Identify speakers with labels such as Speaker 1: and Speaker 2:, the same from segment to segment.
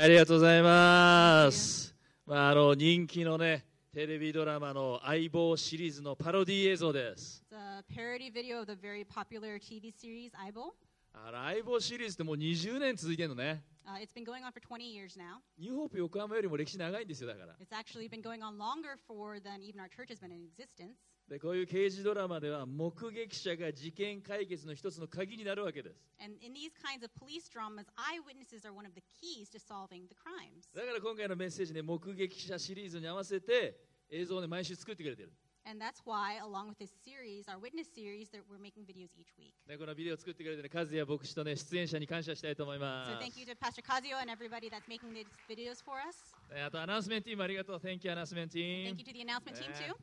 Speaker 1: ありがとうございます。まあ、あの人気のね、テレビドラマの相棒シリーズのパロディ映像です。
Speaker 2: It's a parody video of the very popular TV series Eyeball.
Speaker 1: あら相棒シリーズってもう20年続いてんのね。
Speaker 2: Uh, it's been going on for 20 years now.
Speaker 1: ニューホープ横浜よりも歴史長いんですよ、だから。
Speaker 2: It's actually been going on longer for than even our church has been in existence.
Speaker 1: で、こういう刑事ドラマでは目撃者が事件解決の一つの鍵になるわけです。
Speaker 2: And in these kinds of police dramas, eyewitnesses are one of the keys to solving the crimes.
Speaker 1: だから今回のメッセージね、目撃者シリーズに合わせて映像をね、毎週作ってくれてる。
Speaker 2: And that's why, along with this series, our witness series, that we're making videos each week.
Speaker 1: ね、このビデオを作ってくれてる、ね、和也牧師とね、出演者に感謝したいと思います
Speaker 2: So。thank you to Pastor Kazio and everybody that's making these videos for us.
Speaker 1: えーあとアナウンスメントチームありがとう。Thank you, アナウンスメントチー
Speaker 2: Thank
Speaker 1: ム
Speaker 2: you to the announcement team
Speaker 1: Yeah.
Speaker 2: too.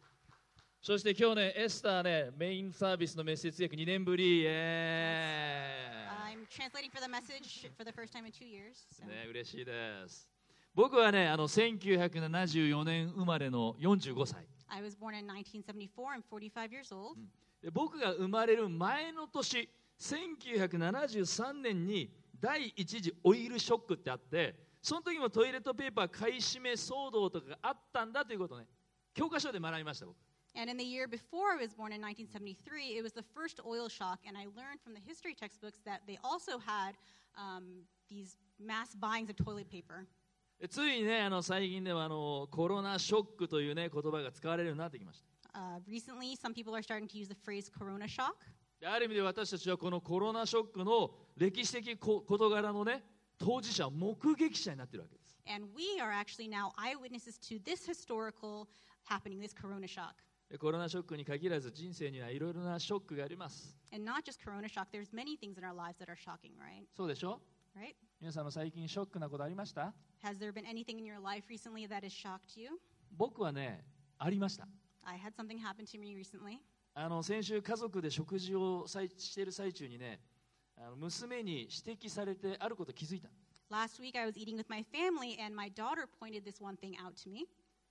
Speaker 1: そして今日ね、エスターね、メインサービスのメッセージ約2年ぶり。えー
Speaker 2: I'm translating for the message for the first time in two years. So.
Speaker 1: ね、嬉しいです。僕はね、あの、1974年生まれの45歳。
Speaker 2: I was born in 1974. I'm 45 years old.
Speaker 1: で僕が生まれる前の年、1973年に第一次オイルショックってあって、その時もトイレットペーパー買い占め騒動とかがあったんだということね、教科書で学びました、僕。
Speaker 2: And in the year before I was born in 1973, it was the first oil shock, and I learned from the history textbooks that they also had um, these mass buyings of toilet paper.
Speaker 1: でついにねあの最近ではあのコロナショックというね言葉が使われるようになってきました
Speaker 2: Uh, recently, some people are starting to use the phrase corona shock.
Speaker 1: である意味で私たちはこのコロナショックの歴史的こ事柄のね当事者目撃者になってるわけです
Speaker 2: And we are actually now eyewitnesses to this historical happening, this corona shock.
Speaker 1: でコロナショックに限らず人生にはいろいろなショックがあります
Speaker 2: And not just corona shock, there's many things in our lives that are shocking, right?
Speaker 1: そうでしょ
Speaker 2: Right?
Speaker 1: 皆さんも最近ショックなことありました
Speaker 2: Has there been anything in your life recently that has shocked you?
Speaker 1: 僕はねありました
Speaker 2: I had something happen to me recently.
Speaker 1: あの先週家族で食事をさいしている最中にねあの娘に指摘されてあること気づいた
Speaker 2: Last week I was eating with my family and my daughter pointed this one thing out to me.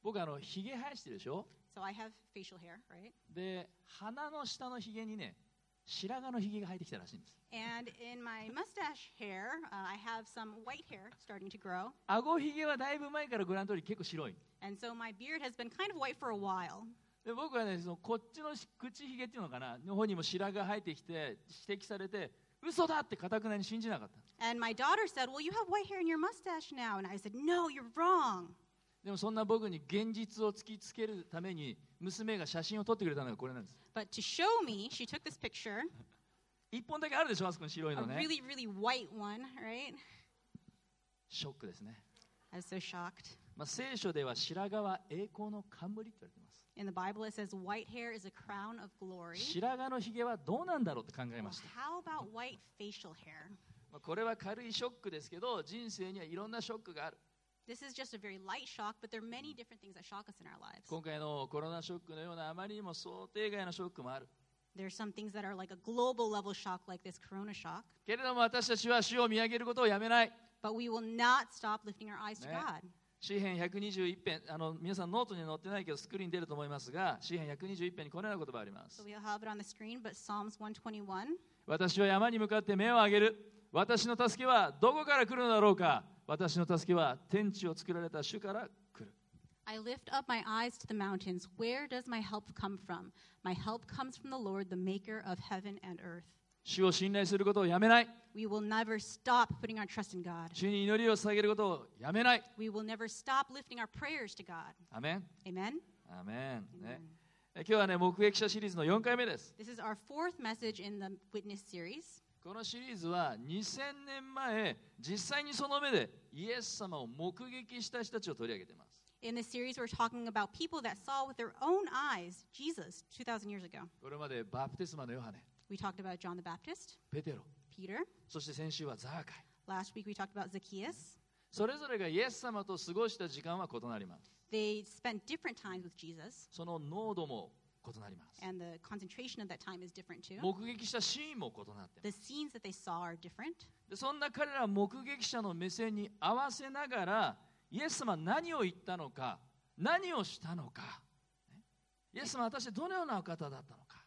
Speaker 1: 僕あのひげ生やしてるでしょ
Speaker 2: So I have facial hair, right?
Speaker 1: で鼻の下のひげにね白髪のひげが生えてきたらしいんです
Speaker 2: And in my mustache hair, uh, I have some white hair starting to grow.
Speaker 1: 顎ひげはだいぶ前からご覧の通り結構白い
Speaker 2: And so my beard has been kind of white for a while.
Speaker 1: で僕はねそのこっちのし口ひげっていうのかなの方にも白髪生えてきて指摘されて嘘だってかたくなに信じなかった
Speaker 2: And my daughter said, Well, you have white hair in your mustache now. And I said, No, you're wrong.
Speaker 1: でもそんな僕に現実を突きつけるために娘が写真を撮ってくれたのがこれなんです
Speaker 2: But to show me, she took this picture,
Speaker 1: 一本だけあるでしょあそこに白いの
Speaker 2: a
Speaker 1: ね
Speaker 2: really, really white one, right?
Speaker 1: ショックですね、
Speaker 2: I was so shocked.
Speaker 1: まあ、聖書では白髪は栄光の冠って言われてます
Speaker 2: In the Bible, it says, White hair is a crown of glory.
Speaker 1: 白髪のひげはどうなんだろうって考え
Speaker 2: Well,
Speaker 1: ました
Speaker 2: how about white facial hair?
Speaker 1: まあこれは軽いショックですけど人生にはいろんなショックがある
Speaker 2: This is just a very light shock, but there are many different things that shock us in our lives.
Speaker 1: 今回のコロナショックのようなあまりにも想定外のショックもある
Speaker 2: There are some things that are like a global level shock, like this corona shock,
Speaker 1: けれども私たちは主を見上げることをやめない
Speaker 2: but we will not stop lifting our eyes to
Speaker 1: Yeah.
Speaker 2: God.
Speaker 1: 詩篇121編あの皆さんノートには載ってないけどスクリーンに出ると思いますが詩篇121編にこのような言葉あります
Speaker 2: So we'll have it on the screen, but Psalms 121.
Speaker 1: 私は山に向かって目を上げる私の助けはどこから来るのだろうか私の助けは天地を作られた主から来る
Speaker 2: I lift up my eyes to the mountains. Where does my help come from? My help comes from the Lord, the maker of heaven and earth.
Speaker 1: 主を信頼することをやめない
Speaker 2: We will never stop putting our trust in God.
Speaker 1: 主に祈りを捧げることをやめない
Speaker 2: We will never stop lifting our prayers to God.
Speaker 1: アメン
Speaker 2: Amen.
Speaker 1: アーメンね、え今日はね目撃者シリーズの4回目です
Speaker 2: This is our fourth message in the witness series.
Speaker 1: このシリーズは2000年前実際にその目でイエス様を目撃した人たちを取り上げています
Speaker 2: In this series, we're talking about people that saw with their own eyes Jesus 2,000 years ago.
Speaker 1: これまでバプテスマのヨハネ
Speaker 2: We talked about John the Baptist,
Speaker 1: ペテロ
Speaker 2: Peter.
Speaker 1: そして先週はザーカイ
Speaker 2: Last week, we talked about Zacchaeus.
Speaker 1: それぞれがイエス様と過ごした時間は異なります
Speaker 2: They spent different times with Jesus,
Speaker 1: その濃度も異なります
Speaker 2: and the concentration of that time is different too.
Speaker 1: 目撃したシーンも異なってます
Speaker 2: The scenes that they saw are different.
Speaker 1: でそんな彼らは目撃者の目線に合わせながらイエス様は何を言ったのか何をしたのかねイエス様は私はどのようなお方だったのか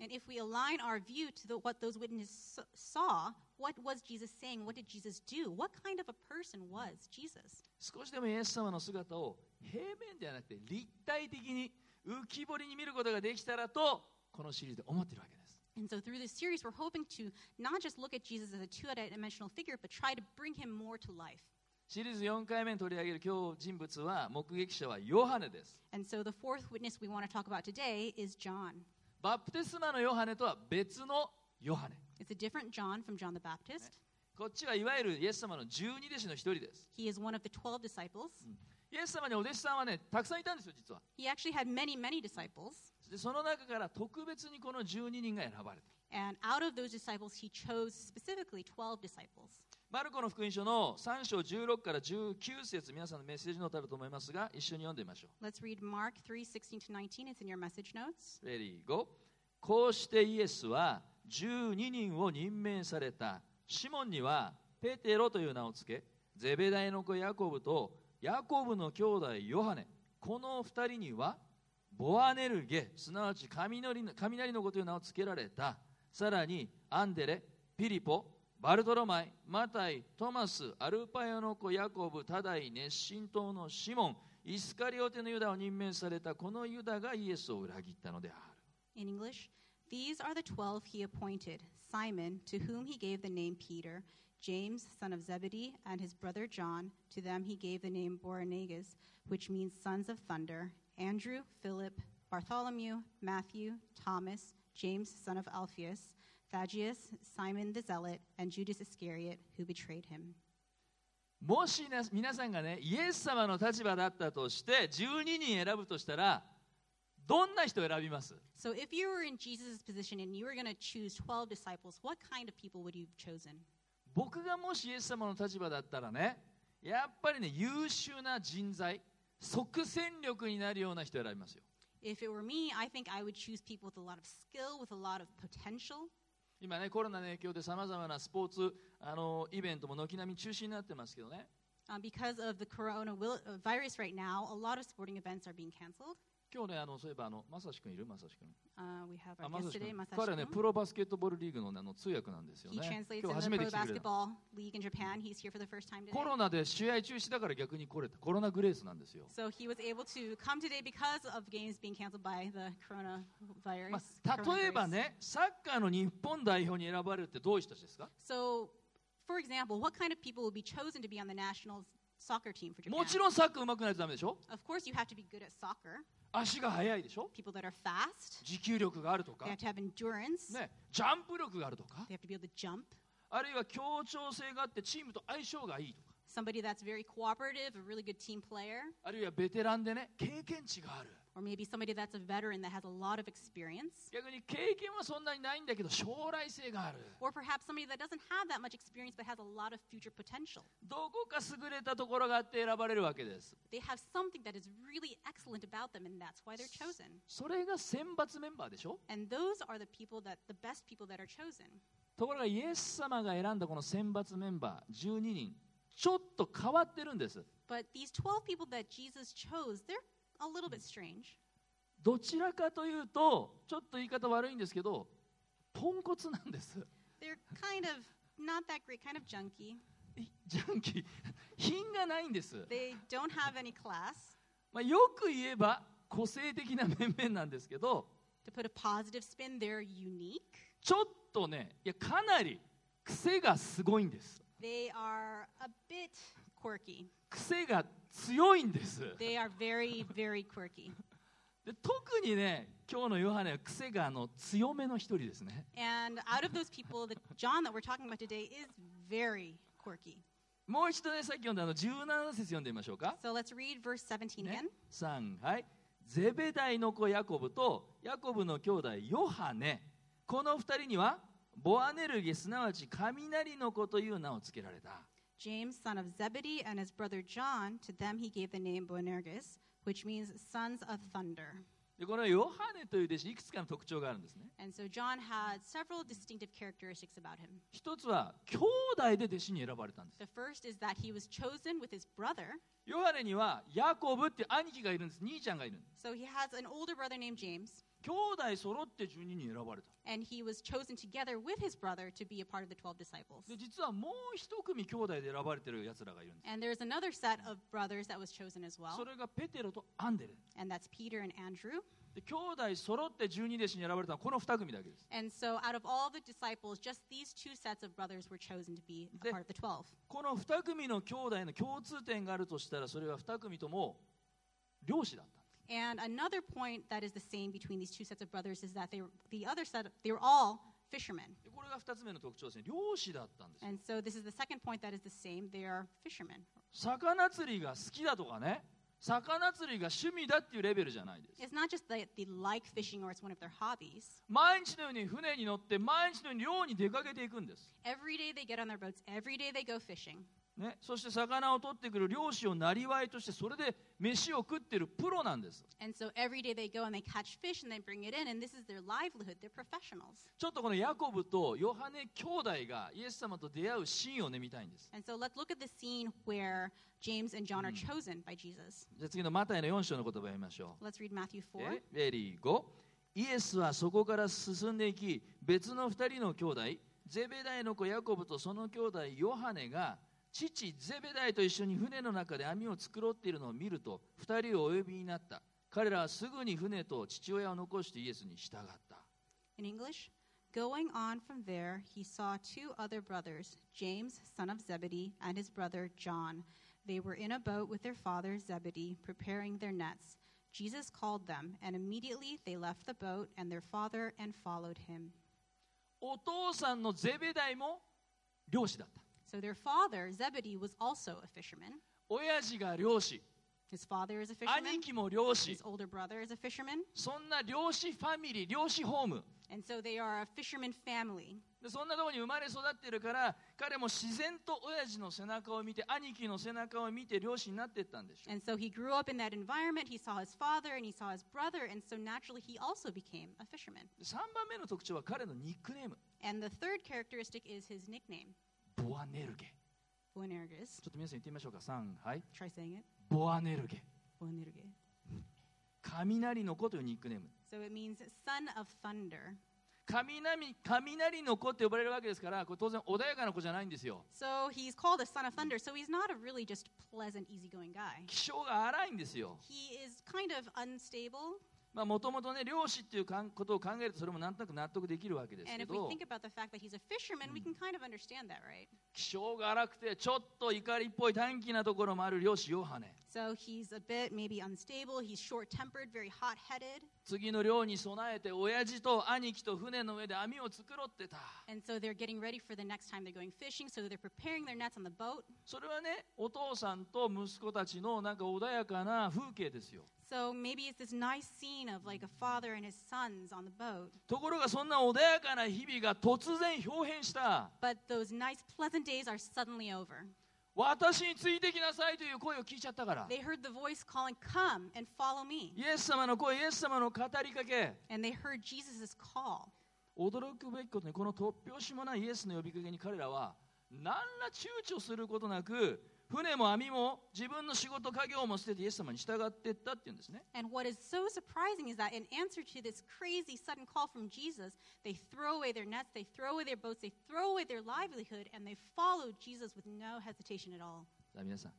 Speaker 2: And if we align our view to the, what those witnesses s- saw, what was Jesus saying? What did Jesus do? What kind of a person was Jesus?
Speaker 1: 少しでもイエス様の姿を平面ではなくて立体的に浮き彫りに見ることができたらとこのシリーズで思っているわけです。
Speaker 2: And so through this series, we're hoping to not just look at Jesus as a two dimensional figure, but try to bring him more to life.
Speaker 1: シリーズ4回目に取り上げる今日人物は目撃者はヨハネです。
Speaker 2: And so the fourth witness we want to talk about today is John.
Speaker 1: バプテスマのヨハネとは別のヨハネ。
Speaker 2: It's a different John from John the Baptist.
Speaker 1: こっちはいわゆるイエス様の十二弟子の一人です。
Speaker 2: He is one of the 12 disciples.
Speaker 1: イエス様にお弟子さんはね、たくさんいたんですよ、実は。
Speaker 2: He actually had many, many disciples.
Speaker 1: でその中から特別にこの12人が選ばれた。
Speaker 2: And out of those disciples, he chose specifically 12 disciples.
Speaker 1: マルコの福音書の3章16から19節皆さんのメッセージノートあると思いますが、一緒に読んでみましょう。
Speaker 2: Let's read Mark 3 16 to 19. It's in your message notes.
Speaker 1: レディーゴこうしてイエスは12人を任命されたシモンにはペテロという名をつけゼベダイの子ヤコブとヤコブの兄弟ヨハネこの2人にはボアネルゲすなわち雷の雷の子という名をつけられたさらにアンデレピリポバルトロマイマタイトマスアルパヨの子ヤコブタダイ熱心党のシモンイスカリオテのユダを任命されたこのユダがイエスを裏切ったのである
Speaker 2: In English, these are the 12 he appointed Simon, to whom he gave the name Peter, James, son of Zebedee, and his brother John. To them he gave the name Boanerges, which means sons of thunder. Andrew, Philip, Bartholomew, Matthew, Thomas, James, son of Alphaeus, Thaddeus, Simon the Zealot, and Judas Iscariot, who betrayed him.
Speaker 1: もしな皆さんがねイエス様の立場だったとして12人選ぶとしたらどんな人を選びます
Speaker 2: So, if you were in Jesus' position and you were going to choose 12 disciples, what kind of people would you have chosen?
Speaker 1: 僕がもしイエス様の立場だったらねやっぱりね優秀な人材即戦力になるような人を選びますよ
Speaker 2: If it were me, I think I would choose people with a lot of skill, with a lot of potential.
Speaker 1: 今ねコロナの影響でさまざまなスポーツあのイベントも軒並み中止になってますけどね
Speaker 2: Um, because of the coronavirus right now, a lot of sporting events are being canceled.
Speaker 1: 今日ねあのそういえばあのまさしくんいるまさしくん
Speaker 2: Uh, we have
Speaker 1: あ
Speaker 2: our
Speaker 1: ま
Speaker 2: guest
Speaker 1: さしく
Speaker 2: today,
Speaker 1: ん
Speaker 2: Masashi.
Speaker 1: 彼はね
Speaker 2: Kun.
Speaker 1: プロバスケットボールリーグの,、ね、あの通訳なんですよ
Speaker 2: He
Speaker 1: ね
Speaker 2: translates
Speaker 1: 今日
Speaker 2: in
Speaker 1: 初
Speaker 2: the
Speaker 1: めて
Speaker 2: Pro
Speaker 1: 来てくれた
Speaker 2: Basketball League in Japan. He's here for the first time
Speaker 1: コ
Speaker 2: today.
Speaker 1: ロナで試合中止だから逆に来れたコロナグレースなんですよ
Speaker 2: So he was able to come today because of games being canceled by the coronavirus.
Speaker 1: まあ、例えば
Speaker 2: coronavirus.
Speaker 1: ね、サッカーの日本代表に選ばれるってどういう人たちですか
Speaker 2: So, for example, what kind of people will be chosen to be on the national soccer team for
Speaker 1: も
Speaker 2: Japan?
Speaker 1: ちろんサッカー上手くないとダメでしょ
Speaker 2: Of course, you have to be good at soccer.
Speaker 1: 足が速いでしょ
Speaker 2: People that are fast.
Speaker 1: 持久力があるとか、
Speaker 2: They have to have endurance.
Speaker 1: ね、ジャンプ力があるとか
Speaker 2: They have to be able to jump.
Speaker 1: あるいは協調性があってチームと相性がいいとか
Speaker 2: Somebody that's very cooperative, a really good team player.
Speaker 1: あるいはベテランでね経験値がある
Speaker 2: Or maybe somebody that's a veteran that has a lot of experience.
Speaker 1: 逆に経験はそんなにないんだけど将来性がある
Speaker 2: Or perhaps somebody that doesn't have that much experience but has a lot of future potential.
Speaker 1: どこか優れたところがあって選ばれるわけです
Speaker 2: They have something that is really excellent about them, and that's why they're chosen.
Speaker 1: それが選抜メンバーでしょ
Speaker 2: And those are the people that the best people that are chosen.
Speaker 1: ところがイエス様が選んだこの選抜メンバー12人ちょっと変わってるんです
Speaker 2: But these 12 people that Jesus chose, they're a little bit strange.
Speaker 1: どちらかというとちょっと言い方悪いんですけどポンコツなんです
Speaker 2: They're kind of not that great, kind of junky.
Speaker 1: いジャンキー 品がないんです、
Speaker 2: They don't have any class.
Speaker 1: まあ、よく言えば個性的な面々なんですけど
Speaker 2: To put a positive spin, they're unique.
Speaker 1: ちょっとねいやかなり癖がすごいんです
Speaker 2: They are a bit quirky.
Speaker 1: 癖が強いんです
Speaker 2: They are very, very quirky.
Speaker 1: で特にね今日のヨハネは癖があの強めの一人ですね
Speaker 2: And out of those people, the John that we're talking about today is very quirky.
Speaker 1: もう一度ねさっき読んだあの17節読んでみましょうか
Speaker 2: So let's read verse 17
Speaker 1: ね
Speaker 2: again.、
Speaker 1: 3はいゼベダイの子ヤコブとヤコブの兄弟ヨハネこの2人にはボアネルゲすなわち雷の子という名を付けられた
Speaker 2: James, son of Zebedee, and his brother John, to them he gave the name Boanerges, which means sons of thunder.
Speaker 1: でこのヨハネという弟子いくつかの特徴があるんですね
Speaker 2: And so John had several distinctive characteristics about him.
Speaker 1: 一つは兄弟で弟子に選ばれたんです
Speaker 2: The first is that he was chosen with his brother.
Speaker 1: ヨハネにはヤコブっていう兄貴がいるんです兄ちゃんがいるんです
Speaker 2: So he has an older brother named James.
Speaker 1: 兄弟揃って12人選ばれた
Speaker 2: And he was chosen together with his brother to be a part of the 12 disciples.
Speaker 1: で実はもう一組兄弟で選ばれてるやつらがいるんです
Speaker 2: And there's another set of brothers that was chosen as
Speaker 1: そ
Speaker 2: well,
Speaker 1: れがペテロとアンデレ
Speaker 2: and that's Peter and Andrew.
Speaker 1: で兄弟揃って12弟子に選ばれたのはこの2組だけです
Speaker 2: And so, out of all the disciples, just these two sets of brothers were chosen to be a
Speaker 1: The-
Speaker 2: part of the 12.
Speaker 1: この2組の兄弟の共通点があるとしたらそれは2組とも漁師だったんです
Speaker 2: And another point that is the same between these two sets of brothers is that they were, the other set, they were all fishermen.
Speaker 1: でこれが2つ目の特徴ですね漁師だったんですよ
Speaker 2: And so, this is the second point that is the same. They are fishermen.
Speaker 1: 魚釣りが好きだとかね魚釣りが趣味だっていうレベルじゃないです
Speaker 2: It's not just that they like fishing or it's one of their hobbies.
Speaker 1: 毎日のように船に乗って毎日のように漁に出かけていくんです、
Speaker 2: Every day they get on their boats, every day they go fishing.
Speaker 1: ね、そして魚を取ってくる漁師をなりわいとしてそれで飯を食ってるプロなんです
Speaker 2: And so, every day they go and they catch fish and they bring it in, and this is their livelihood. They're professionals.
Speaker 1: ちょっとこのヤコブとヨハネ兄弟がイエス様と出会うシーンをね見たいんです
Speaker 2: And so let's look at the scene where James and John are chosen by Jesus.
Speaker 1: じゃあ次のマタイの4章の言葉を読みましょ
Speaker 2: Let's read Matthew
Speaker 1: う
Speaker 2: 4.
Speaker 1: えベリー5イエスはそこから進んでいき別の2人の兄弟ゼベダイの子ヤコブとその兄弟ヨハネが父ゼベダイと一緒に船の中で網を作ろうっているのを見ると2人をお呼びになった彼らはすぐに船と父親を残してイエスに従った
Speaker 2: In English, going on from there, he saw two other brothers, James, son of Zebedee, and his brother John. They were in a boat with their father Zebedee, preparing their nets. Jesus called them, and immediately they left the boat and their father and followed him.
Speaker 1: お父さんのゼベダイも漁師だった
Speaker 2: So their father, Zebedee, was also a fisherman.
Speaker 1: 親父が漁師
Speaker 2: His father is a fisherman.
Speaker 1: 兄貴も漁師
Speaker 2: His older brother is a fisherman.
Speaker 1: そんな漁師ファミリー漁師ホーム
Speaker 2: And so they are a fisherman family.
Speaker 1: でそんなとこに生まれ育ってるから彼も自然と親父の背中を見て兄貴の背中を見て漁師になっていったんでしょう
Speaker 2: And so he grew up in that environment. He saw his father and he saw his brother. And so naturally, he also became a fisherman.
Speaker 1: 3番目の特徴は彼のニックネーム
Speaker 2: And the third characteristic is his nickname,
Speaker 1: ボアネルゲちょ
Speaker 2: Boanerges.
Speaker 1: っと皆さん言ってみましょうか3はい
Speaker 2: Try saying it.
Speaker 1: ボアネルゲ
Speaker 2: Boanerges.
Speaker 1: 雷の子というニックネーム
Speaker 2: So it means son of thunder.
Speaker 1: 雷雷の子って呼ばれるわけですからこれ当然穏やかな子じゃないんですよ
Speaker 2: So he's called a son of thunder. So he's not a really just pleasant, easygoing guy.
Speaker 1: 気性が荒いんですよ
Speaker 2: He is kind of unstable.
Speaker 1: もともとね漁師っていうかんことを考えるとそれもなんとなく納得できるわけです
Speaker 2: And
Speaker 1: け
Speaker 2: if we
Speaker 1: ど
Speaker 2: think about the fact that he's a fisherman, we can kind of understand that, right?
Speaker 1: 気性が荒くてちょっと怒りっぽい短気なところもある漁師ヨハネ
Speaker 2: So he's a bit maybe unstable. He's short tempered, very hot headed.
Speaker 1: 次の漁に備えて親父と兄貴と船の上で網を作ろうってた
Speaker 2: And so they're getting ready for the next time they're going fishing. So they're preparing their nets on the boat.
Speaker 1: それはねお父さんと息子たちのなんか穏やかな風景ですよ
Speaker 2: So maybe it's this nice scene of like a father and his sons on the boat.
Speaker 1: ところがそんな穏やかな日々が突然表変した
Speaker 2: But those nice, pleasant days are suddenly over.
Speaker 1: 私についてきなさいという声を聞いちゃったから
Speaker 2: They heard the voice calling, Come and follow me.
Speaker 1: イエス様の声イエス様の語りかけ
Speaker 2: And they heard Jesus' call.
Speaker 1: 驚くべきことにこの突拍子もないイエスの呼びかけに彼らは何ら躊躇することなく船も網も自分の仕事家業も捨ててイエス様に従っていったっていうんですね
Speaker 2: And what is so surprising is that in answer to this crazy, sudden call from Jesus, they throw away their nets, they throw away their boats, they throw away their livelihood, and they follow Jesus with no hesitation at all.
Speaker 1: さあ皆さん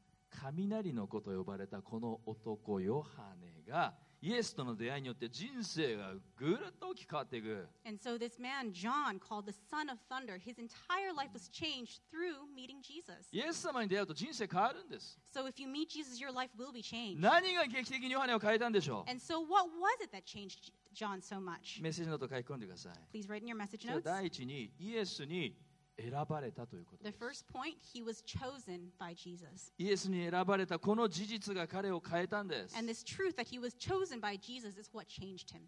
Speaker 1: 雷の子と呼ばれたこの男ヨハネがイエスとの出会いによって人生がぐるっと大きく変わっていく
Speaker 2: And so this man, John, called the Son of Thunder, his entire life was changed through meeting Jesus.
Speaker 1: イエス様に出会うと人生変わるんです
Speaker 2: So if you meet Jesus, your life will be changed.
Speaker 1: 何が劇的にヨハネを変えたんでしょ
Speaker 2: And so what was it that changed J- John so much?
Speaker 1: うメッセージノート書き込んでください
Speaker 2: Please write in your message
Speaker 1: じゃあ
Speaker 2: notes.
Speaker 1: 第一にイエスに選ばれたということで
Speaker 2: The
Speaker 1: す
Speaker 2: first point, he was chosen by Jesus.
Speaker 1: イエスに選ばれたこの事実が彼を変えたんです
Speaker 2: And this truth that he was chosen by Jesus is what changed him.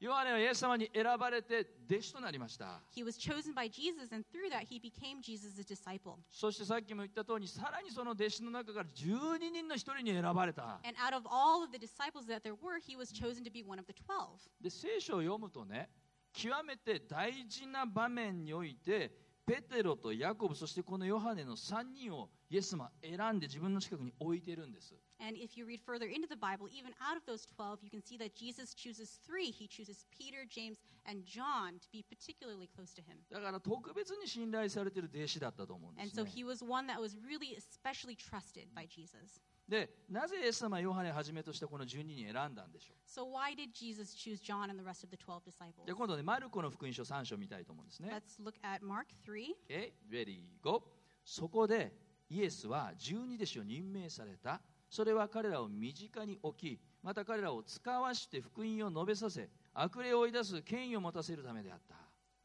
Speaker 1: ヨハネはイエス様に選ばれて弟子となりました
Speaker 2: He was chosen by Jesus, and through that, he became Jesus' disciple.
Speaker 1: そしてさっきも言った通りさらにその弟子の中から12人の1人に選ばれた
Speaker 2: And out of all of the disciples that there were, he was chosen to be one of the twelve.
Speaker 1: で聖書を読むとね極めて大事な場面においてペテロとヤコブそしてこのヨハネの3人をイエス様は選んで自分の近くに置いてるんです
Speaker 2: And if you read further into the Bible, even out of those 12, you can see that Jesus chooses three. He chooses Peter, James, and John to be particularly close to him.
Speaker 1: だから特別に信頼されてる弟子だったと思うんで
Speaker 2: And
Speaker 1: す、
Speaker 2: so
Speaker 1: ね
Speaker 2: he was one that was really especially trusted by Jesus.
Speaker 1: でなぜイエス様はヨハネをはじめとしたこの12人を選んだんでしょ
Speaker 2: So why did Jesus choose John and the rest of the 12
Speaker 1: う
Speaker 2: disciples?
Speaker 1: で今度ねマルコの福音書3章見たいと思うんですね
Speaker 2: Let's look at Mark 3.
Speaker 1: OK very good そこでイエスは十二弟子を任命されたそれは彼らを身近に置きまた彼らを使わして福音を述べさせ悪霊を追い出す権威を持たせるためであった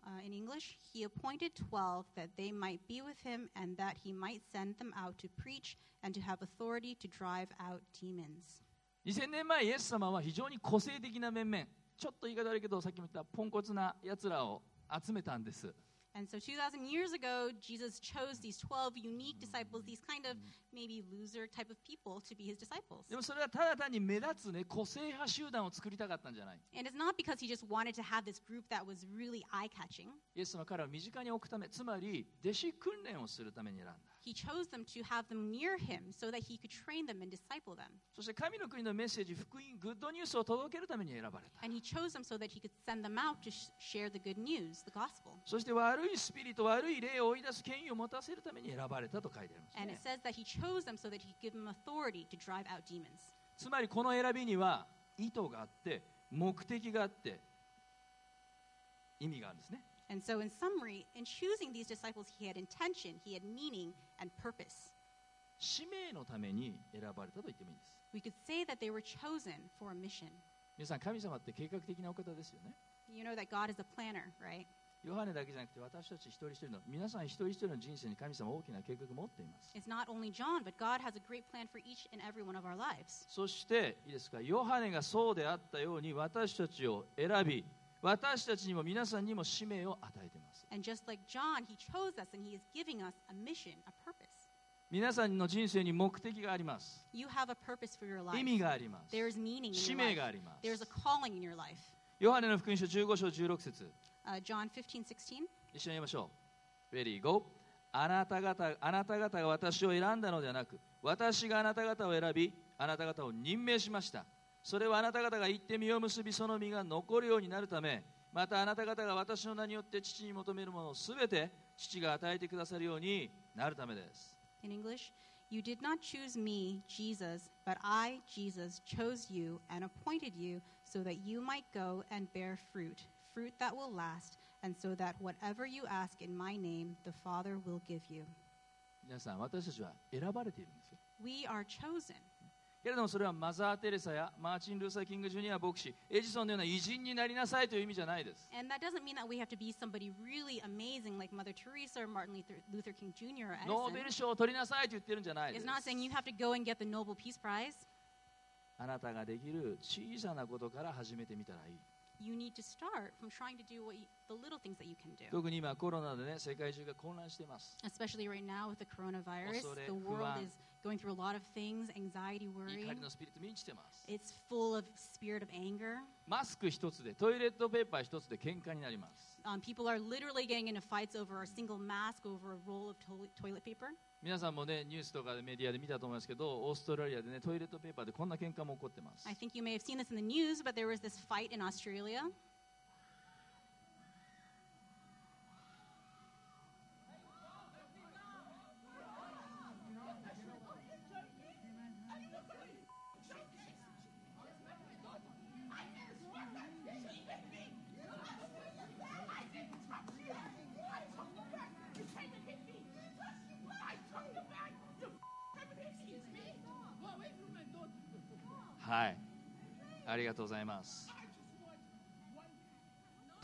Speaker 2: Uh, in English, he appointed 12 that they might be with him and that he might send them out to preach and to have authority to drive out demons.
Speaker 1: 2000年前イエス様は非常に個性的な面々ちょっと言い方悪いけどさっきも言ったポンコツなやつらを集めたんです
Speaker 2: And so 2,000 years ago, Jesus chose these 12 unique disciples, these kind of maybe loser type of people, to be his disciples.
Speaker 1: でもそれはただ単に目立つね個性派集団を作りたかったんじゃない
Speaker 2: And it's not because he just wanted to have this group that was really eye catching.
Speaker 1: イエス様は彼らを身近に置くためつまり弟子訓練をするために選んだ
Speaker 2: He chose them to have them near him so that he could train them and disciple them.
Speaker 1: そして神の国のメッセージ福音グッドニュースを届けるために選ばれた
Speaker 2: And he chose them so that he could send them out to sh- share the good news, the gospel.
Speaker 1: そして悪いスピリット悪い霊を追い出す権威を持たせるために選ばれたと書いてあります、
Speaker 2: And it
Speaker 1: ね、
Speaker 2: says that he chose them so that he could give them authority to drive out demons.
Speaker 1: つまりこの選びには意図があって目的があって意味があるんですね
Speaker 2: And so, in summary, in choosing these disciples, he had intention, he had meaning, and purpose.
Speaker 1: 使命のために選ばれたと言ってもいいんです
Speaker 2: We could say that they were chosen for a mission.
Speaker 1: 皆さん神様って計画的なお方ですよね
Speaker 2: You know that God is a planner, right?
Speaker 1: ヨハネだけじゃなくて私たち一人一人の皆さん一人一人の人生に神様は大きな計画を持っています
Speaker 2: It's not only John, but God has a great plan for each and every one of our lives.
Speaker 1: そしていいですかヨハネがそうであったように私たちを選び私たちにも皆さんにも使命を与えています
Speaker 2: And just like John, he chose us and he is giving us a mission, a purpose.
Speaker 1: 皆さんの人生に目的があります
Speaker 2: You have a purpose for your life.
Speaker 1: 意味があります
Speaker 2: There is meaning in
Speaker 1: 使
Speaker 2: your
Speaker 1: 命
Speaker 2: life.
Speaker 1: がありま
Speaker 2: There's a
Speaker 1: す
Speaker 2: calling in your life.
Speaker 1: ヨハネの福音書15章16節
Speaker 2: Uh, John 15, 16.
Speaker 1: 一緒に言いましょう Very go あなた方あなた方が私を選んだのではなく私があなた方を選びあなた方を任命しましたそれはあなた方が行って実を結びその実が残るようになるためまたあなた方が私の名によって父に求めるものをすべて父が与えてくださるようになるためです
Speaker 2: In English, you did not choose me, Jesus, but I, Jesus, chose you and appointed you so that you might go and bear fruit, fruit that will last, and so that whatever you ask in my name, the Father will give you.
Speaker 1: 皆さん私たちは選ばれているんですよ
Speaker 2: We are chosen.
Speaker 1: けれどもそれはマザー・テレサやマーチン・ルーサー・キング・ジュニア牧師エジソンのような偉人になりなさいという意味じゃないです
Speaker 2: And that doesn't mean that we have to be somebody really amazing like Mother Teresa or Martin Luther, Luther King Jr. or
Speaker 1: ノーベ
Speaker 2: Edison.
Speaker 1: ル賞を取りなさいと言ってるんじゃないで
Speaker 2: It's
Speaker 1: す
Speaker 2: not saying you have to go and get the Nobel Peace Prize.
Speaker 1: あなたができる小さなことから始めてみたらいい
Speaker 2: You need to start from trying to do what you, the little things that you can do.
Speaker 1: 特に今コロナでね世界中が混乱しています
Speaker 2: Especially right now with the coronavirus,
Speaker 1: 恐れ、
Speaker 2: the world
Speaker 1: 不安。
Speaker 2: is going through a lot of things, anxiety,
Speaker 1: 怒
Speaker 2: worry.
Speaker 1: りのスピリットに満ちてます
Speaker 2: It's full of spirit of anger.
Speaker 1: マスク一つでトイレットペーパー一つで喧嘩になります
Speaker 2: Um, people are literally getting into fights over a single mask, over a roll of toilet toilet paper.
Speaker 1: 皆さんもねニュースとかでメディアで見たと思いますけどオーストラリアでねトイレットペーパーでこんな喧嘩も起こってます
Speaker 2: I think you may have seen this in the news, but there was this fight in Australia.
Speaker 1: はいありがとうございます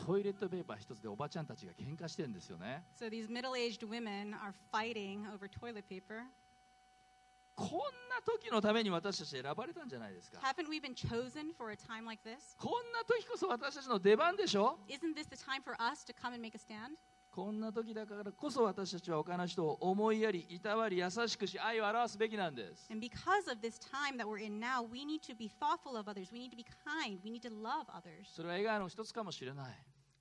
Speaker 1: トイレットペーパー一つでおばちゃんたちが喧嘩してるんですよね
Speaker 2: So these middle aged women are fighting over toilet paper.
Speaker 1: こんな時のために私たち選ばれたんじゃないですか
Speaker 2: Haven't we been chosen for a time like this?
Speaker 1: こんな時こそ私たちの出番でしょ
Speaker 2: Isn't this the time for us to come and make a stand?
Speaker 1: こんな時だからこそ私たちは他の人を思いやりいたわり優しくし愛を表すべきなんです
Speaker 2: And because of this time that we're in now, we need to be thoughtful of others. We need to be kind. We need to love others.
Speaker 1: それは笑顔の一つかもしれない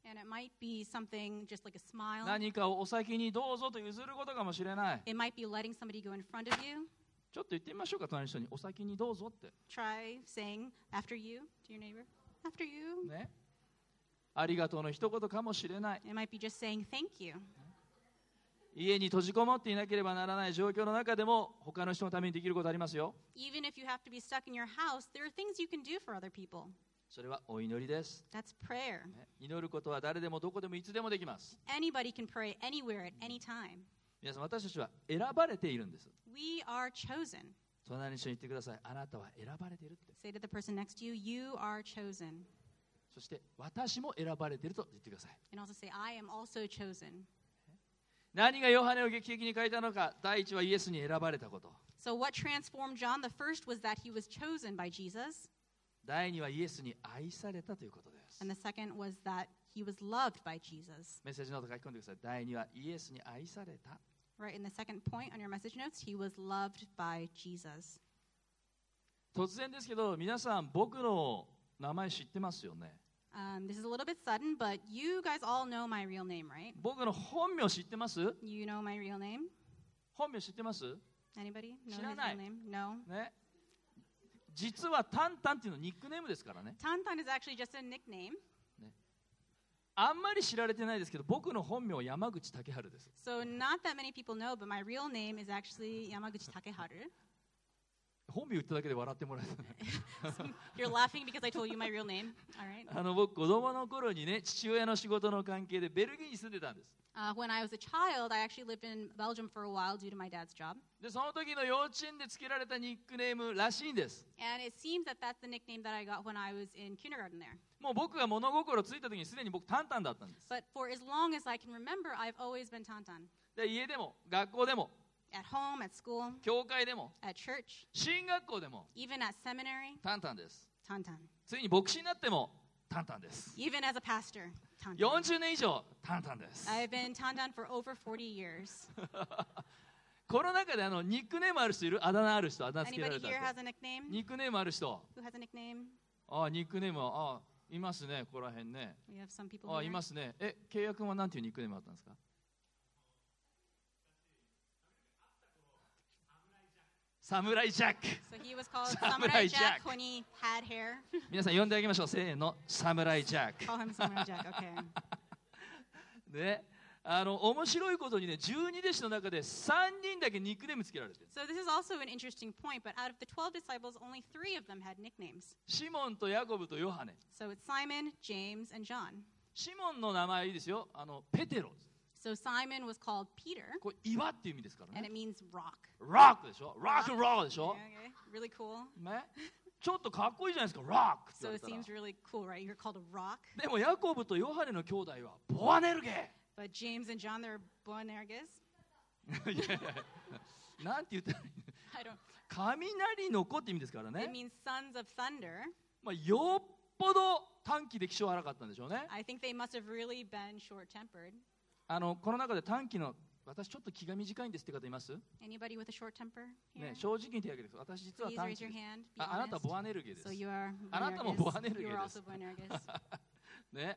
Speaker 2: And it might be something just like a smile.
Speaker 1: 何かをお先にどうぞと譲ることかもしれない
Speaker 2: It might be letting somebody go in front of you.
Speaker 1: ちょっと言ってみましょうか隣の人にお先にどうぞって、
Speaker 2: Try saying after you to your neighbor. After you.
Speaker 1: ね、ありがとうの一言かもしれない
Speaker 2: It might be just saying thank you.
Speaker 1: 家に閉じこもっていなければならない状況の中でも他の人のためにできることありますよ
Speaker 2: Even if you have to be stuck in your house, there are things you can do for other people.
Speaker 1: それはお祈りです、
Speaker 2: That's prayer.
Speaker 1: ね祈ることは誰でもどこでもいつでもできます
Speaker 2: Anybody can pray anywhere at any time.
Speaker 1: 皆さん私たちは選ばれているんです
Speaker 2: We are chosen.
Speaker 1: 隣の人に言ってくださいあなたは選ばれているって
Speaker 2: Say to the person next to you, You are chosen.
Speaker 1: そして私も選ばれていると言ってください
Speaker 2: And also say, I am also chosen.
Speaker 1: 何がヨハネを劇的に変えたのか第一はイエスに選ばれたこと
Speaker 2: So, what transformed John the first was that he was chosen by Jesus,
Speaker 1: 第二はイエスに愛されたということです
Speaker 2: and the second was that he was loved by Jesus.
Speaker 1: メッセージノート書き込んでください第二はイエスに愛された
Speaker 2: Right in the second point on your message notes, he was loved by Jesus.
Speaker 1: 突然ですけど皆さん僕の名前知ってますよね
Speaker 2: Um, this is a little bit sudden, but you guys all know my real name, right?
Speaker 1: 僕の本名知ってます
Speaker 2: You know my real name?
Speaker 1: 本名知ってます
Speaker 2: Anybody know his
Speaker 1: Shiranai.
Speaker 2: real name? No.
Speaker 1: ね実はタンタンっていうのはニックネームですからね
Speaker 2: Tantan is actually just a nickname.
Speaker 1: あんまり知られてないですけど僕の本名は山口武春です
Speaker 2: So not that many people know, but my real name is actually Yamaguchi Takeharu.
Speaker 1: 本名言っただけで笑ってもらえた
Speaker 2: You're laughing because I told you my real name. All right.
Speaker 1: あの僕子供の頃にね父親の仕事の関係でベルギーに住んでたんです
Speaker 2: Uh, when I was a child, I actually lived in Belgium for a while due to my dad's job.
Speaker 1: でその時の幼稚園で付けられたニックネームらしいんです
Speaker 2: And it seems that that's the nickname that I got when I was in kindergarten there.
Speaker 1: もう僕が物心ついた時にすでに僕タンタンだったんです
Speaker 2: But for as long as I can remember, I've always been Tantan.
Speaker 1: で家でも学校でも
Speaker 2: At home, at school,
Speaker 1: 教会でも
Speaker 2: at church,
Speaker 1: 進学校でも
Speaker 2: even at seminary,
Speaker 1: タンタンです
Speaker 2: Tantan.
Speaker 1: ついに牧師になってもタンタンです
Speaker 2: Even as a pastor, Tantan.
Speaker 1: 40年以上タンタンです
Speaker 2: I've been Tantan for over 40 years.
Speaker 1: この中であのニックネームある人いるあだ名ある人あだ名つけら
Speaker 2: Anybody
Speaker 1: れた
Speaker 2: here
Speaker 1: 人
Speaker 2: has a nickname?
Speaker 1: ニックネームある人
Speaker 2: Who has a nickname?
Speaker 1: ああニックネームはあいますねここら辺ね
Speaker 2: We have some people.
Speaker 1: ああ
Speaker 2: here.
Speaker 1: いますねえ契約はなんていうニックネームあったんですかサムライジャック
Speaker 2: So he was called
Speaker 1: Samurai
Speaker 2: Samurai Jack
Speaker 1: Jack.
Speaker 2: when he had hair.
Speaker 1: 皆さん呼んであげましょうせーのサムライジャック
Speaker 2: Call him Samurai Jack. Okay.
Speaker 1: ねあの面白いことにね12弟子の中で3人だけニックネームつけられてる
Speaker 2: So this is also an interesting point. But out of the twelve disciples, only three of them had nicknames.
Speaker 1: シモンとヤコブとヨハネ
Speaker 2: So it's Simon, James, and John.
Speaker 1: シモンの名前いいですよあのペテロ
Speaker 2: So Simon was called Peter,
Speaker 1: これ岩っていう意味ですからね
Speaker 2: and it means rock.
Speaker 1: ロックでしょロックロールでし
Speaker 2: Okay,
Speaker 1: ょ、
Speaker 2: okay. really cool.
Speaker 1: ね、ちょっとかっこいいじゃないですかロックって
Speaker 2: So
Speaker 1: 言われ
Speaker 2: it
Speaker 1: たら
Speaker 2: seems really cool, right? You're called a rock.
Speaker 1: でもヤコブとヨハネの兄弟はボアネルゲ
Speaker 2: But James and John, they're Boanerges.
Speaker 1: いやいやいやなんて言ったらいい
Speaker 2: I don't.
Speaker 1: 雷の子って意味ですから
Speaker 2: It
Speaker 1: ね、
Speaker 2: means sons of thunder.
Speaker 1: まあ、よっぽど短期で気性荒かったんでしょうね
Speaker 2: I think they must have really been short-tempered.
Speaker 1: あのこの中で短期の私ちょっと気が短いんですって方います、
Speaker 2: Anybody with a short temper? Here?
Speaker 1: ね、正直に手挙げてください私実は
Speaker 2: Please
Speaker 1: 短
Speaker 2: raise
Speaker 1: 期
Speaker 2: your
Speaker 1: です
Speaker 2: hand. Be
Speaker 1: ああなた
Speaker 2: honest.
Speaker 1: ボアネルゲです
Speaker 2: So you are.
Speaker 1: あなたも
Speaker 2: Boanerges. You
Speaker 1: Boanerges
Speaker 2: are
Speaker 1: です。
Speaker 2: also Boanerges.
Speaker 1: ね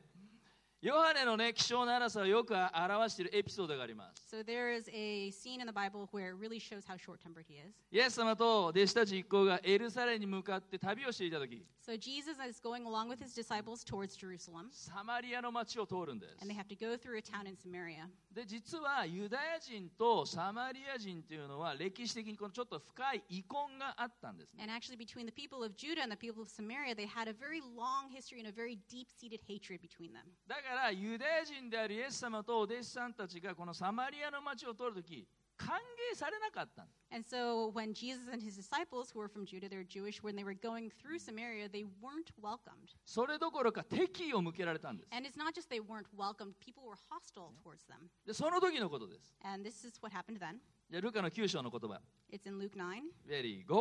Speaker 1: ヨハネのね気性の荒さをよく表しているエピソードがあります
Speaker 2: so there is a scene in the Bible where it really shows how short-tempered he is.
Speaker 1: イエス様と弟子たち一行がエルサレムに向かって旅をしていた時
Speaker 2: So Jesus is going along with his disciples towards Jerusalem,
Speaker 1: サマリアの町を通るんです
Speaker 2: and they have to go through a town in Samaria.
Speaker 1: で実はユダヤ人とサマリア人というのは歴史的にこのちょっと深い遺恨があったんですね
Speaker 2: And actually, between the people of Judah and the people of Samaria, they had a very long history and a very deep-seated hatred between them.
Speaker 1: だからユダヤ人であるイエス様とお弟子さんたちがこのサマリアの町を通る時歓迎されなかったんです
Speaker 2: And so when Jesus and his disciples, who were from Judah, they were Jewish, when they were going through Samaria, they weren't welcomed.
Speaker 1: それどころか敵意を向けられたんです
Speaker 2: And it's not just they weren't welcomed, people were hostile towards them.
Speaker 1: でその時のことです
Speaker 2: And this is what happened then.
Speaker 1: じゃあルカの9章の言葉
Speaker 2: It's in Luke 9.
Speaker 1: ベリー5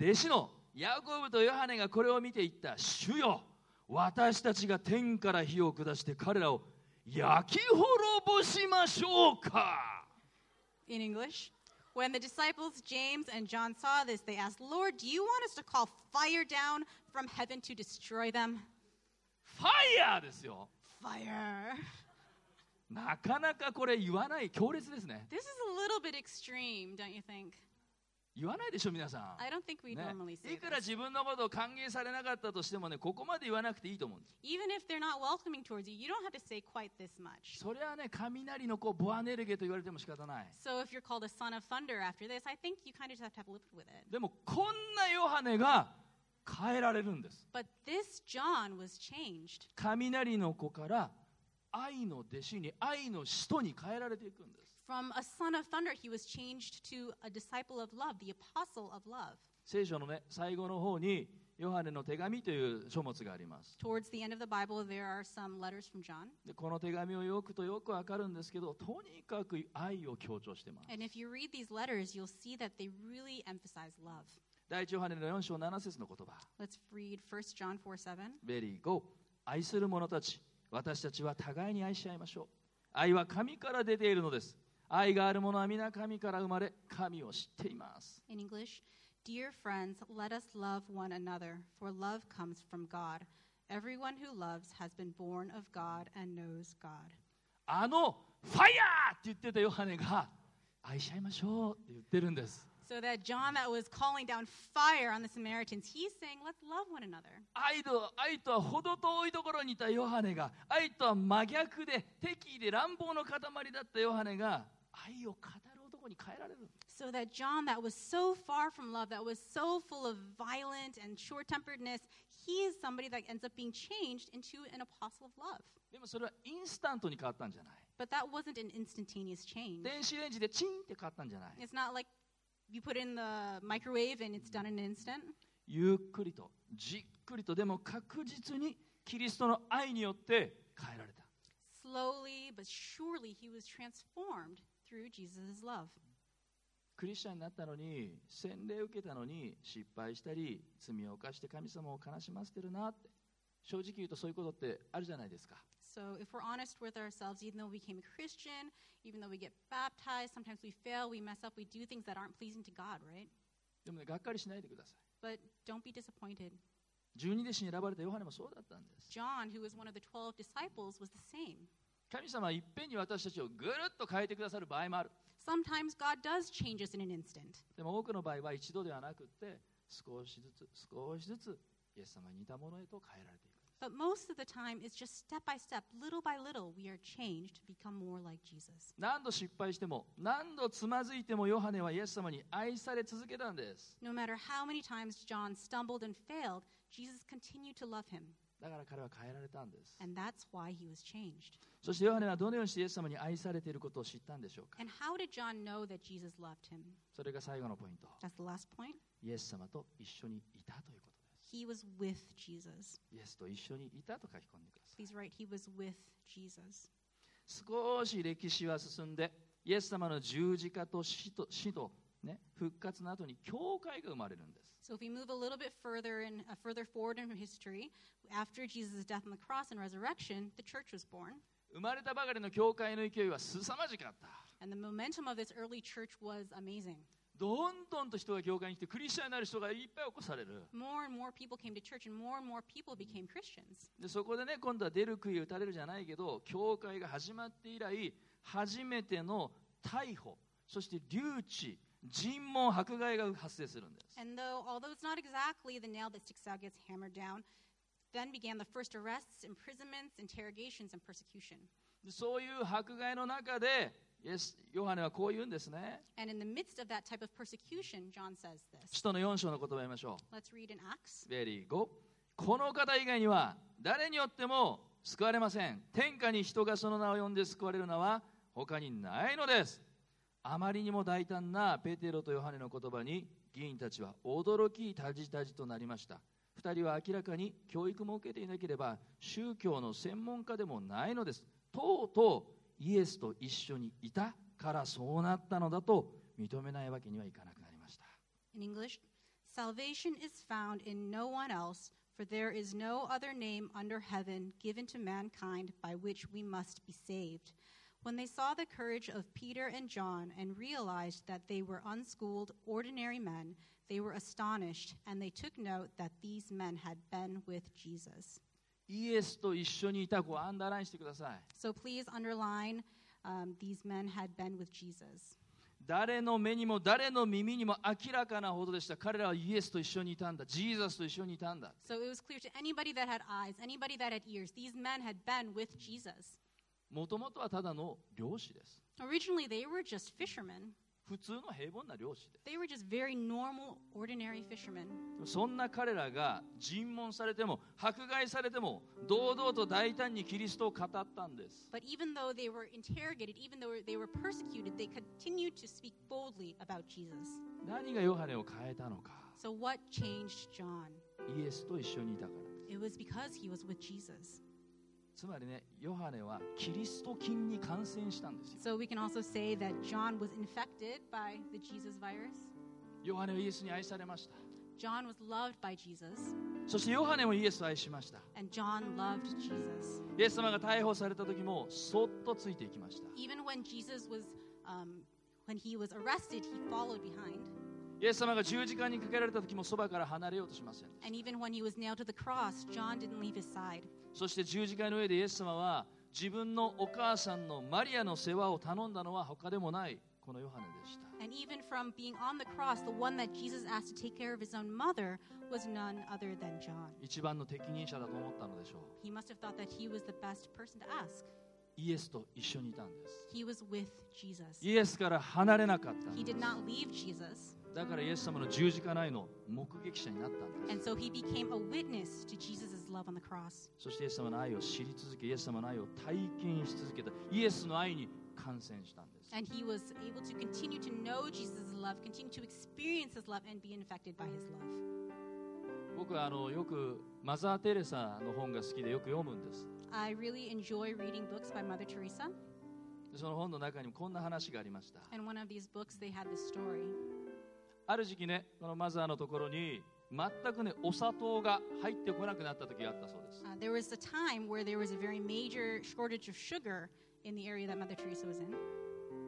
Speaker 1: 弟子のヤコブとヨハネがこれを見ていった主よ私たちが天から火を下して彼らを焼き滅ぼしましょうか
Speaker 2: In English. When the disciples James and John saw this, they asked, Lord, do you want us to call fire down from heaven to destroy them?
Speaker 1: ファイヤーですよ
Speaker 2: fire.
Speaker 1: なかなかこれ言わない強烈ですね
Speaker 2: This is a little bit extreme, don't you think?
Speaker 1: 言わないでしょ皆さん
Speaker 2: I don't think we
Speaker 1: ね
Speaker 2: normally say
Speaker 1: いくら
Speaker 2: this.
Speaker 1: 自分のことを歓迎されなかったとしてもねここまで言わなくていいと思うんです
Speaker 2: Even if they're not welcoming towards you, you don't have to say quite this much.
Speaker 1: それはね雷の子ボアネルゲと言われても仕方ない
Speaker 2: So if you're called a son of thunder after this, I think you kind of just have to have lived with it.
Speaker 1: でもこんなヨハネが変えられるんです
Speaker 2: But this John was changed.
Speaker 1: 雷の子から愛の弟子に愛の使徒に変えられていくんです
Speaker 2: From a son of thunder, he was changed to a disciple of love, the apostle of love.
Speaker 1: 聖書のね最後の方にヨハネの手紙という書物があります
Speaker 2: Towards the end of the Bible, there are some letters from John.
Speaker 1: でこの手紙をよくとよくわかるんですけどとにかく愛を強調してます
Speaker 2: And if you read these letters, you'll see that they really emphasize love.
Speaker 1: 第一ヨハネの4章7節の言葉
Speaker 2: Let's read 1 John 4 7.
Speaker 1: ベリー5愛する者たち私たちは互いに愛し合いましょう愛は神から出ているのです愛がある者は皆神から生まれ神を知っています
Speaker 2: In English, Dear friends, let us love one another, for love comes from God. Everyone who loves has been born of God and knows God.
Speaker 1: あのファイヤーって言ってたヨハネが愛し合いましょうって言ってるんです
Speaker 2: So that John that was calling down fire on the Samaritans, he's saying, let's love one another.
Speaker 1: 愛と愛とは程遠いところにいたヨハネが愛とは真逆で敵意で乱暴の塊だったヨハネが愛を語る男に変えられる
Speaker 2: So that John that was so far from love, that was so full of violent and short-temperedness, he is somebody that ends up being changed into an apostle of love.
Speaker 1: でもそれはインスタントに変わったんじゃない
Speaker 2: But that wasn't an instantaneous change.
Speaker 1: 電子レンジでチンって変わったんじゃない
Speaker 2: It's not like you put it in the microwave and it's done in an instant.
Speaker 1: ゆっくりとじっくりとでも確実にキリストの愛によって変えられた
Speaker 2: Slowly but surely, he was transformed through Jesus' love.
Speaker 1: クリスチャンになったのに洗礼を受けたのに失敗したり罪を犯して神様を悲しませてるなって正直言うとそういうことってあるじゃないですか
Speaker 2: So, if we're honest with ourselves, even though we became a Christian, even though we get baptized, sometimes we fail, we mess up, we do things that aren't pleasing to God, right?
Speaker 1: でもねがっかりしないでくださ
Speaker 2: But don't be disappointed.
Speaker 1: い十二弟子に選ばれたヨハネもそうだったんです
Speaker 2: John, who was one of the 12 disciples, was the same.
Speaker 1: 神様はいっぺんに私たちをぐるっと変えてくださる場合もある
Speaker 2: Sometimes God does change us in an instant.
Speaker 1: でも多くの場合は一度ではなくって少しずつ少しずつイエス様に似たものへと変えられていく
Speaker 2: But most of the time, it's just step by step, little by little, we are changed to become more like Jesus.
Speaker 1: 何度失敗しても何度つまずいてもヨハネはイエス様に愛され続けたんです
Speaker 2: No matter how many times John stumbled and failed, Jesus continued to love him,
Speaker 1: だから彼は変えられたんです
Speaker 2: and that's why he was changed.
Speaker 1: そしてヨハネはどのようにしてイエス様に愛されていることを知ったんでしょうか
Speaker 2: And how did John know that Jesus loved him?
Speaker 1: それが最後のポイント
Speaker 2: That's the last point.
Speaker 1: イエス様と一緒にいたということで
Speaker 2: He was with Jesus.
Speaker 1: すイエスと一緒にいたと書き込んでください
Speaker 2: Please write, He was with Jesus.
Speaker 1: 少し歴史は進んでイエス様の十字架と死と死と、ね、復活の後に教会が生まれるんです
Speaker 2: So if we move a little bit further and uh, further forward in history, after Jesus' death on the cross and resurrection, the church was born.
Speaker 1: 生まれたばかりの教会の勢いは凄まじかった
Speaker 2: And the momentum of this early church was amazing.
Speaker 1: どんどんと人が教会に来てクリスチャンになる人がいっぱい起こされる
Speaker 2: More and more people came to church, and more and more people became Christians.
Speaker 1: でそこでね今度は出る杭打たれるじゃないけど教会が始まって以来初めての逮捕そして留置尋問迫害が発生するんです
Speaker 2: And though, although it's not exactly the nail that sticks out gets hammered down, then began the first arrests, imprisonments, interrogations, and persecution.
Speaker 1: でそういう迫害の中でイエスヨハネはこう言うんですね
Speaker 2: And in the midst of that type of persecution, John says this.
Speaker 1: 使徒の4章の言葉言いましょ
Speaker 2: Let's read in Acts.
Speaker 1: うベリー5この方以外には誰によっても救われません天下に人がその名を呼んで救われるのは他にないのですあまりにも大胆なペテロとヨハネの言葉に議員たちは驚きたじたじとなりました2人は明らかに教育も受けていなければ宗教の専門家でもないのですとうとうイエスと一緒にいたからそうなったのだと認めないわけにはいかなくなりました
Speaker 2: In English, salvation is found in no one else, for there is no other name under heaven given to mankind by which we must be saved. When they saw the courage of Peter and John and realized that they were unschooled, ordinary men, they were astonished and they took note that these men had been with Jesus.
Speaker 1: イイエスと一緒にいた子アンダーラインしてください
Speaker 2: So please underline um, these men had been with Jesus.
Speaker 1: 誰の目にも誰の耳にも明らかなほどでした彼らはイエスと一緒にいたんだジーザスと一緒にいたんだ
Speaker 2: So it was clear to anybody that had eyes, anybody that had ears, these men had been with Jesus.
Speaker 1: もともとはただの漁師です
Speaker 2: Originally, they were just fishermen.
Speaker 1: 普通の平凡な漁師で
Speaker 2: They were just very normal, ordinary fishermen.
Speaker 1: そんな彼らが尋問されても迫害されても堂々と大胆にキリストを語ったんです
Speaker 2: But even though they were interrogated, even though they were persecuted, they continued to speak boldly about Jesus.
Speaker 1: 何がヨハネを変えたのか
Speaker 2: So, what changed John?
Speaker 1: イエスと一緒にいたからです
Speaker 2: It was because he was with Jesus.
Speaker 1: つまりねヨハネはキリスト菌に感染したんですよ
Speaker 2: So, we can also say that John was infected by the Jesus virus.
Speaker 1: ヨハネはイエスに愛されました
Speaker 2: John was loved by Jesus,
Speaker 1: そしてヨハネもイエスを愛しました
Speaker 2: and John loved Jesus.
Speaker 1: イエス様が逮捕された時もそっとついていきました
Speaker 2: Even when Jesus was, um, when he was arrested, he followed behind.
Speaker 1: イエス様が十字架にかけられた時もそばから離れようとしません
Speaker 2: And even when he was nailed to the cross, John didn't leave his side.
Speaker 1: そして十字架の上でイエス様は自分のお母さんのマリアの世話を頼んだのは他でもないこのヨハネでした
Speaker 2: And even from being on the cross, the one that Jesus asked to take care of his own mother was none other than John.
Speaker 1: 一番の適任者だと思ったのでしょ
Speaker 2: He must have thought that he was the best person to ask.
Speaker 1: うイエスと一緒にいたんです
Speaker 2: He was with Jesus.
Speaker 1: イエスから離れなかったん
Speaker 2: He
Speaker 1: です
Speaker 2: did not leave Jesus,
Speaker 1: だからイエス様の十字架内の目撃者になったんで
Speaker 2: and so he became a witness to Jesus' love on the cross.
Speaker 1: すそしてイエス様の愛を知り続けイエス様の愛を体験し続けたイエスの愛に感染したんです
Speaker 2: And he was able to continue to know Jesus' love, continue to experience his love, and be infected by his love.
Speaker 1: 僕はあのよくマザー・テレサの本が好きでよく読むんです
Speaker 2: I really enjoy reading books by Mother Teresa,
Speaker 1: でその本の中にもこんな話がありました
Speaker 2: and one of these books, they had this story.
Speaker 1: ある時期ねこのマザーのところに全くねお砂糖が入ってこなくなった時があったそうです
Speaker 2: Uh, there was a time where there was a very major shortage of sugar in the area that Mother Teresa was in.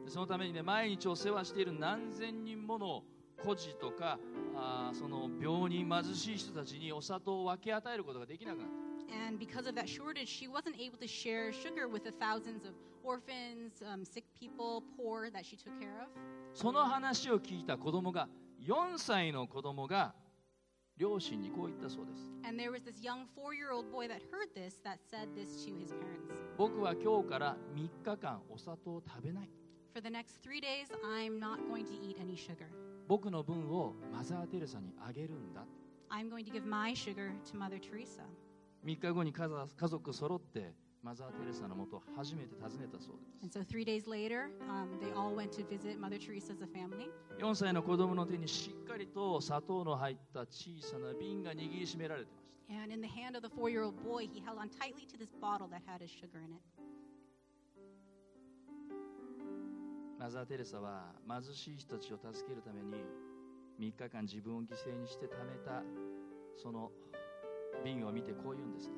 Speaker 1: でそのためにね毎日お世話している何千人もの孤児とかあーその病人貧しい人たちにお砂糖を分け与えることができなくなった
Speaker 2: And because of that shortage, she wasn't able to share sugar with the thousands of orphans, um, sick people, poor that she took care of.
Speaker 1: その話を聞いた子供が4歳の子供が両親にこう言ったそうです
Speaker 2: And there was this young four year old boy that heard this that said this to his parents
Speaker 1: 僕は今日から3日間お砂糖を食べない
Speaker 2: For the next three days, I'm not going to eat any sugar.
Speaker 1: 僕の分をマザー・テレサにあげるんだ
Speaker 2: I'm going to give my sugar to Mother Teresa.
Speaker 1: 3日後に家族家族揃ってマザー・テレサのもとを初めて訪ねたそうで
Speaker 2: And
Speaker 1: す
Speaker 2: so three days later, um, they all went to visit Mother Teresa as a family.
Speaker 1: 4歳の子供の手にしっかりと砂糖の入った小さな瓶が握りしめられてました
Speaker 2: And in the hand of the four year old boy, he held on tightly to this bottle that had his sugar in it.
Speaker 1: マザー・テレサは貧しい人たちを助けるために3日間自分を犠牲にして貯めたその瓶を見てこう言うんですね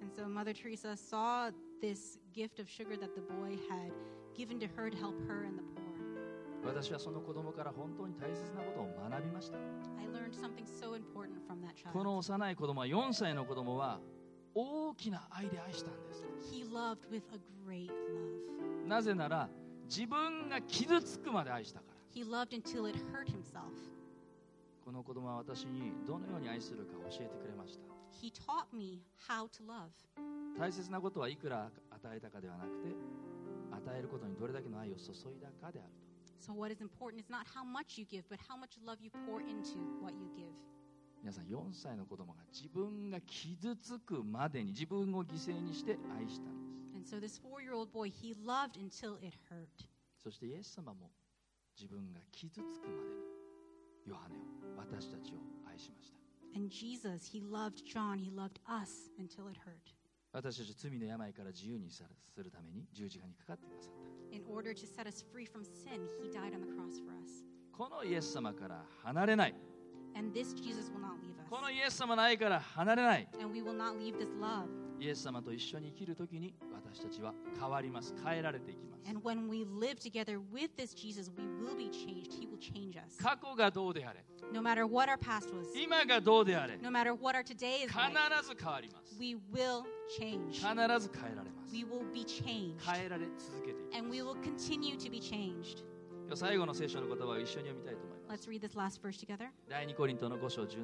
Speaker 2: And so Mother Teresa saw this gift of sugar that the boy had given to her to help her and the poor.
Speaker 1: 私はその子供から本当に大切なことを学びました
Speaker 2: I learned something so important from that
Speaker 1: この
Speaker 2: child.
Speaker 1: 幼い子供は4歳の子供は大きな愛で愛したんです
Speaker 2: He loved with a great love.
Speaker 1: なぜなら自分が傷つくまで愛したから
Speaker 2: He loved until it hurt himself.
Speaker 1: この子供は私にどのように愛するか教えてくれました
Speaker 2: He taught me how to love.
Speaker 1: 大切なことはいくら与えたかではなくて与えることにどれだけの愛を注いだかであると
Speaker 2: So, what is important is not how much you give, but how much love you pour into what you give.
Speaker 1: 皆さん4歳の子供が自分が傷つくまでに自分を犠牲にして愛したんです
Speaker 2: And so, this four year old boy, he loved until it hurt.
Speaker 1: そしてイエス様も自分が傷つくまでにヨハネを私たちを愛しました
Speaker 2: And Jesus, he loved John, he loved us until it hurt.
Speaker 1: 私たち罪の病から自由にさするために十字架にかかってくださった
Speaker 2: In order to set us free from sin, he died on the cross for us.
Speaker 1: このイエス様から離れない
Speaker 2: And this Jesus will not leave
Speaker 1: この
Speaker 2: us.
Speaker 1: イエス様の愛から離れない
Speaker 2: And we will not leave this love.
Speaker 1: イエス様と一緒に生きるときに私たちは変わります変えられていきます
Speaker 2: And when we live together with this Jesus, we will be changed. He will change us.
Speaker 1: 過去がどうであれ
Speaker 2: No matter what our past was,
Speaker 1: 今がどうであれ
Speaker 2: no matter what our today is
Speaker 1: 必
Speaker 2: like,
Speaker 1: ず変わります
Speaker 2: we will change.
Speaker 1: 必ず変えられます
Speaker 2: We will be changed.
Speaker 1: 変えられ続けていき
Speaker 2: And
Speaker 1: ま
Speaker 2: we
Speaker 1: す
Speaker 2: will continue to be changed.
Speaker 1: では最後の聖書の言葉を一緒に読みたいと思います
Speaker 2: Let's read this last verse together.
Speaker 1: 第2コリントの5章17節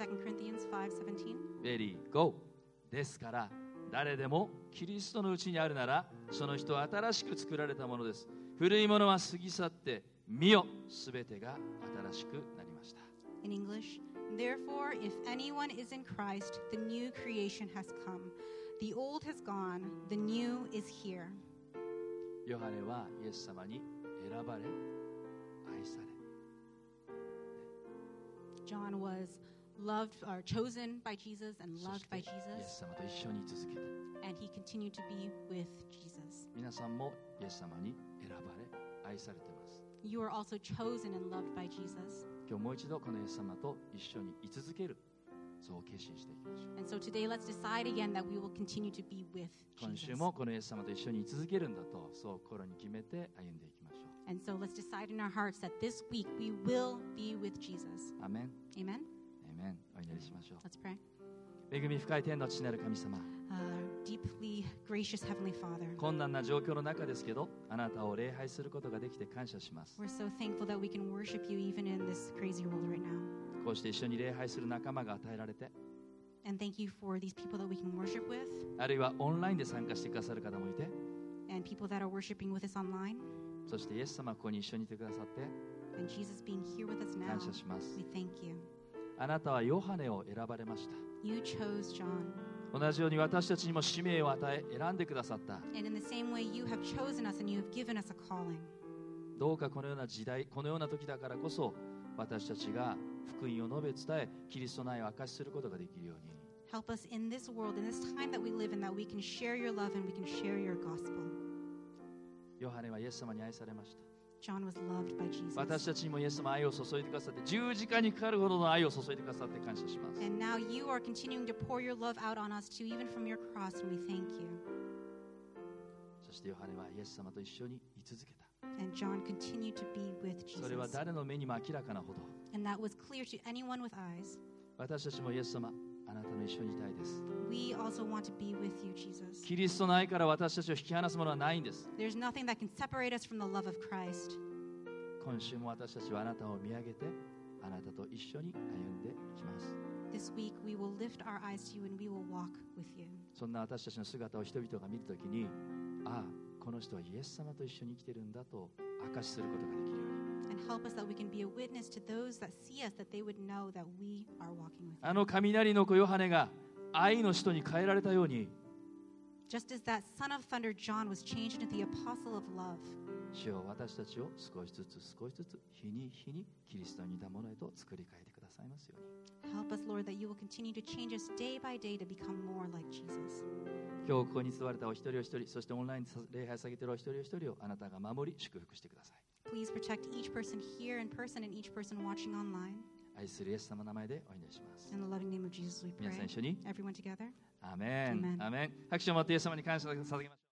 Speaker 2: 2 Corinthians 5:17.
Speaker 1: Very go ですから誰でもキリストのうちにあるならその人は新しく作られたものです古いものは過ぎ去って見よすべてが新しくなりました
Speaker 2: In English, therefore, if anyone is in Christ, the new creation has come. The old has gone, the new is here.
Speaker 1: ヨハネはイエス様に選ばれ愛され
Speaker 2: John was loved or chosen by Jesus and
Speaker 1: そし
Speaker 2: loved
Speaker 1: て
Speaker 2: by
Speaker 1: イエ
Speaker 2: Jesus,
Speaker 1: ス様と一緒に続けた
Speaker 2: and he continued to be with Jesus.
Speaker 1: 皆さんもイエス様に選ばれ愛されています
Speaker 2: You are also chosen and loved by Jesus.
Speaker 1: 今日もう一度このイエス様と一緒に居続けるそう決心していきましょう
Speaker 2: And so today, let's decide again that we will continue to be with
Speaker 1: 今週
Speaker 2: Jesus.
Speaker 1: もこのイエス様と一緒に居続けるんだとそう心に決めて歩んでいきましょ
Speaker 2: And so let's decide in our hearts that this week we will be with Jesus.
Speaker 1: うアーメン
Speaker 2: Amen.
Speaker 1: アーメンお祈りしましょう
Speaker 2: Let's pray.
Speaker 1: 恵み深い天の父なる神様
Speaker 2: Uh, deeply gracious Heavenly Father,
Speaker 1: 困難な状況の中ですけどあなたを礼拝することができて感謝します
Speaker 2: we're so thankful that we can worship you even in this crazy world right now.
Speaker 1: こうして一緒に礼拝する仲間が与えられて
Speaker 2: And thank you for these people that we can worship with
Speaker 1: あるいはオンラインで参加してくださる方もいて
Speaker 2: and people that are worshiping with us online.
Speaker 1: そしてイエス様はここに一緒にいてくださって
Speaker 2: And Jesus being here with us now,
Speaker 1: 感謝します
Speaker 2: we thank you.
Speaker 1: あなたはヨハネを選ばれました
Speaker 2: You chose John.
Speaker 1: 同じように私たちにも使命を与え選んでくださった
Speaker 2: And in the same way, you have chosen us and you have given us a calling.
Speaker 1: どうかこのような時代このような時だからこそ私たちが福音を述べ伝えキリストの愛を明かしすることができるように
Speaker 2: Help us in this world, in this time that we live in, that we can share your love and we can share your gospel.
Speaker 1: ヨハネはイエス様に愛されました
Speaker 2: John was loved by Jesus.
Speaker 1: 私たちにもイエス様愛を注いでくださって十字架にかかるほどの愛を注いでくださって感謝します
Speaker 2: And now you are continuing to pour your love out on us too, even from your cross, and we thank you.
Speaker 1: そしてヨハネはイエス様と一緒に居続けた
Speaker 2: And John continued to be with
Speaker 1: それは
Speaker 2: Jesus.
Speaker 1: 誰の目にも明らかなほど
Speaker 2: And that was clear to anyone with eyes.
Speaker 1: 私たちもイエス様あなたの一緒にいたいです
Speaker 2: We also want to be with you, Jesus.
Speaker 1: キリストの愛から私たちを引き離すものはないんです
Speaker 2: There's nothing that can separate us from the love of Christ.
Speaker 1: 今週も私たちはあなたを見上げてあなたと一緒に歩んでいきます
Speaker 2: This week, we will lift our eyes to you and we will walk with you.
Speaker 1: そんな私たちの姿を人々が見るときにああこの人はイエス様と一緒に生きてるんだと証しすることができるように
Speaker 2: And help us that we can be a witness to those that see us, that they would know that we are walking with you.
Speaker 1: あの雷の子ヨハネが愛の人に変えられたように
Speaker 2: Just as that son of thunder, John, was changed into the apostle of love.
Speaker 1: 主よ私たちを少しずつ少しずつ日に日にキリストに似たものへと作り変えてくださいますよう
Speaker 2: Help us, Lord, that you will continue to change us day by day to become more like Jesus.
Speaker 1: に今日ここに座れたお一人お一人そしてオンラインで礼拝下げてるお一人お一人をあなたが守り祝福してください
Speaker 2: Please protect each person here in person and each person watching online.
Speaker 1: 愛するイエス様の名前でお祈りします
Speaker 2: In the loving name of Jesus, we
Speaker 1: 皆
Speaker 2: pray.
Speaker 1: さん一緒に
Speaker 2: Everyone together.
Speaker 1: アーメン
Speaker 2: Amen
Speaker 1: アーメン拍手を持ってイエス様に感謝を捧げましょう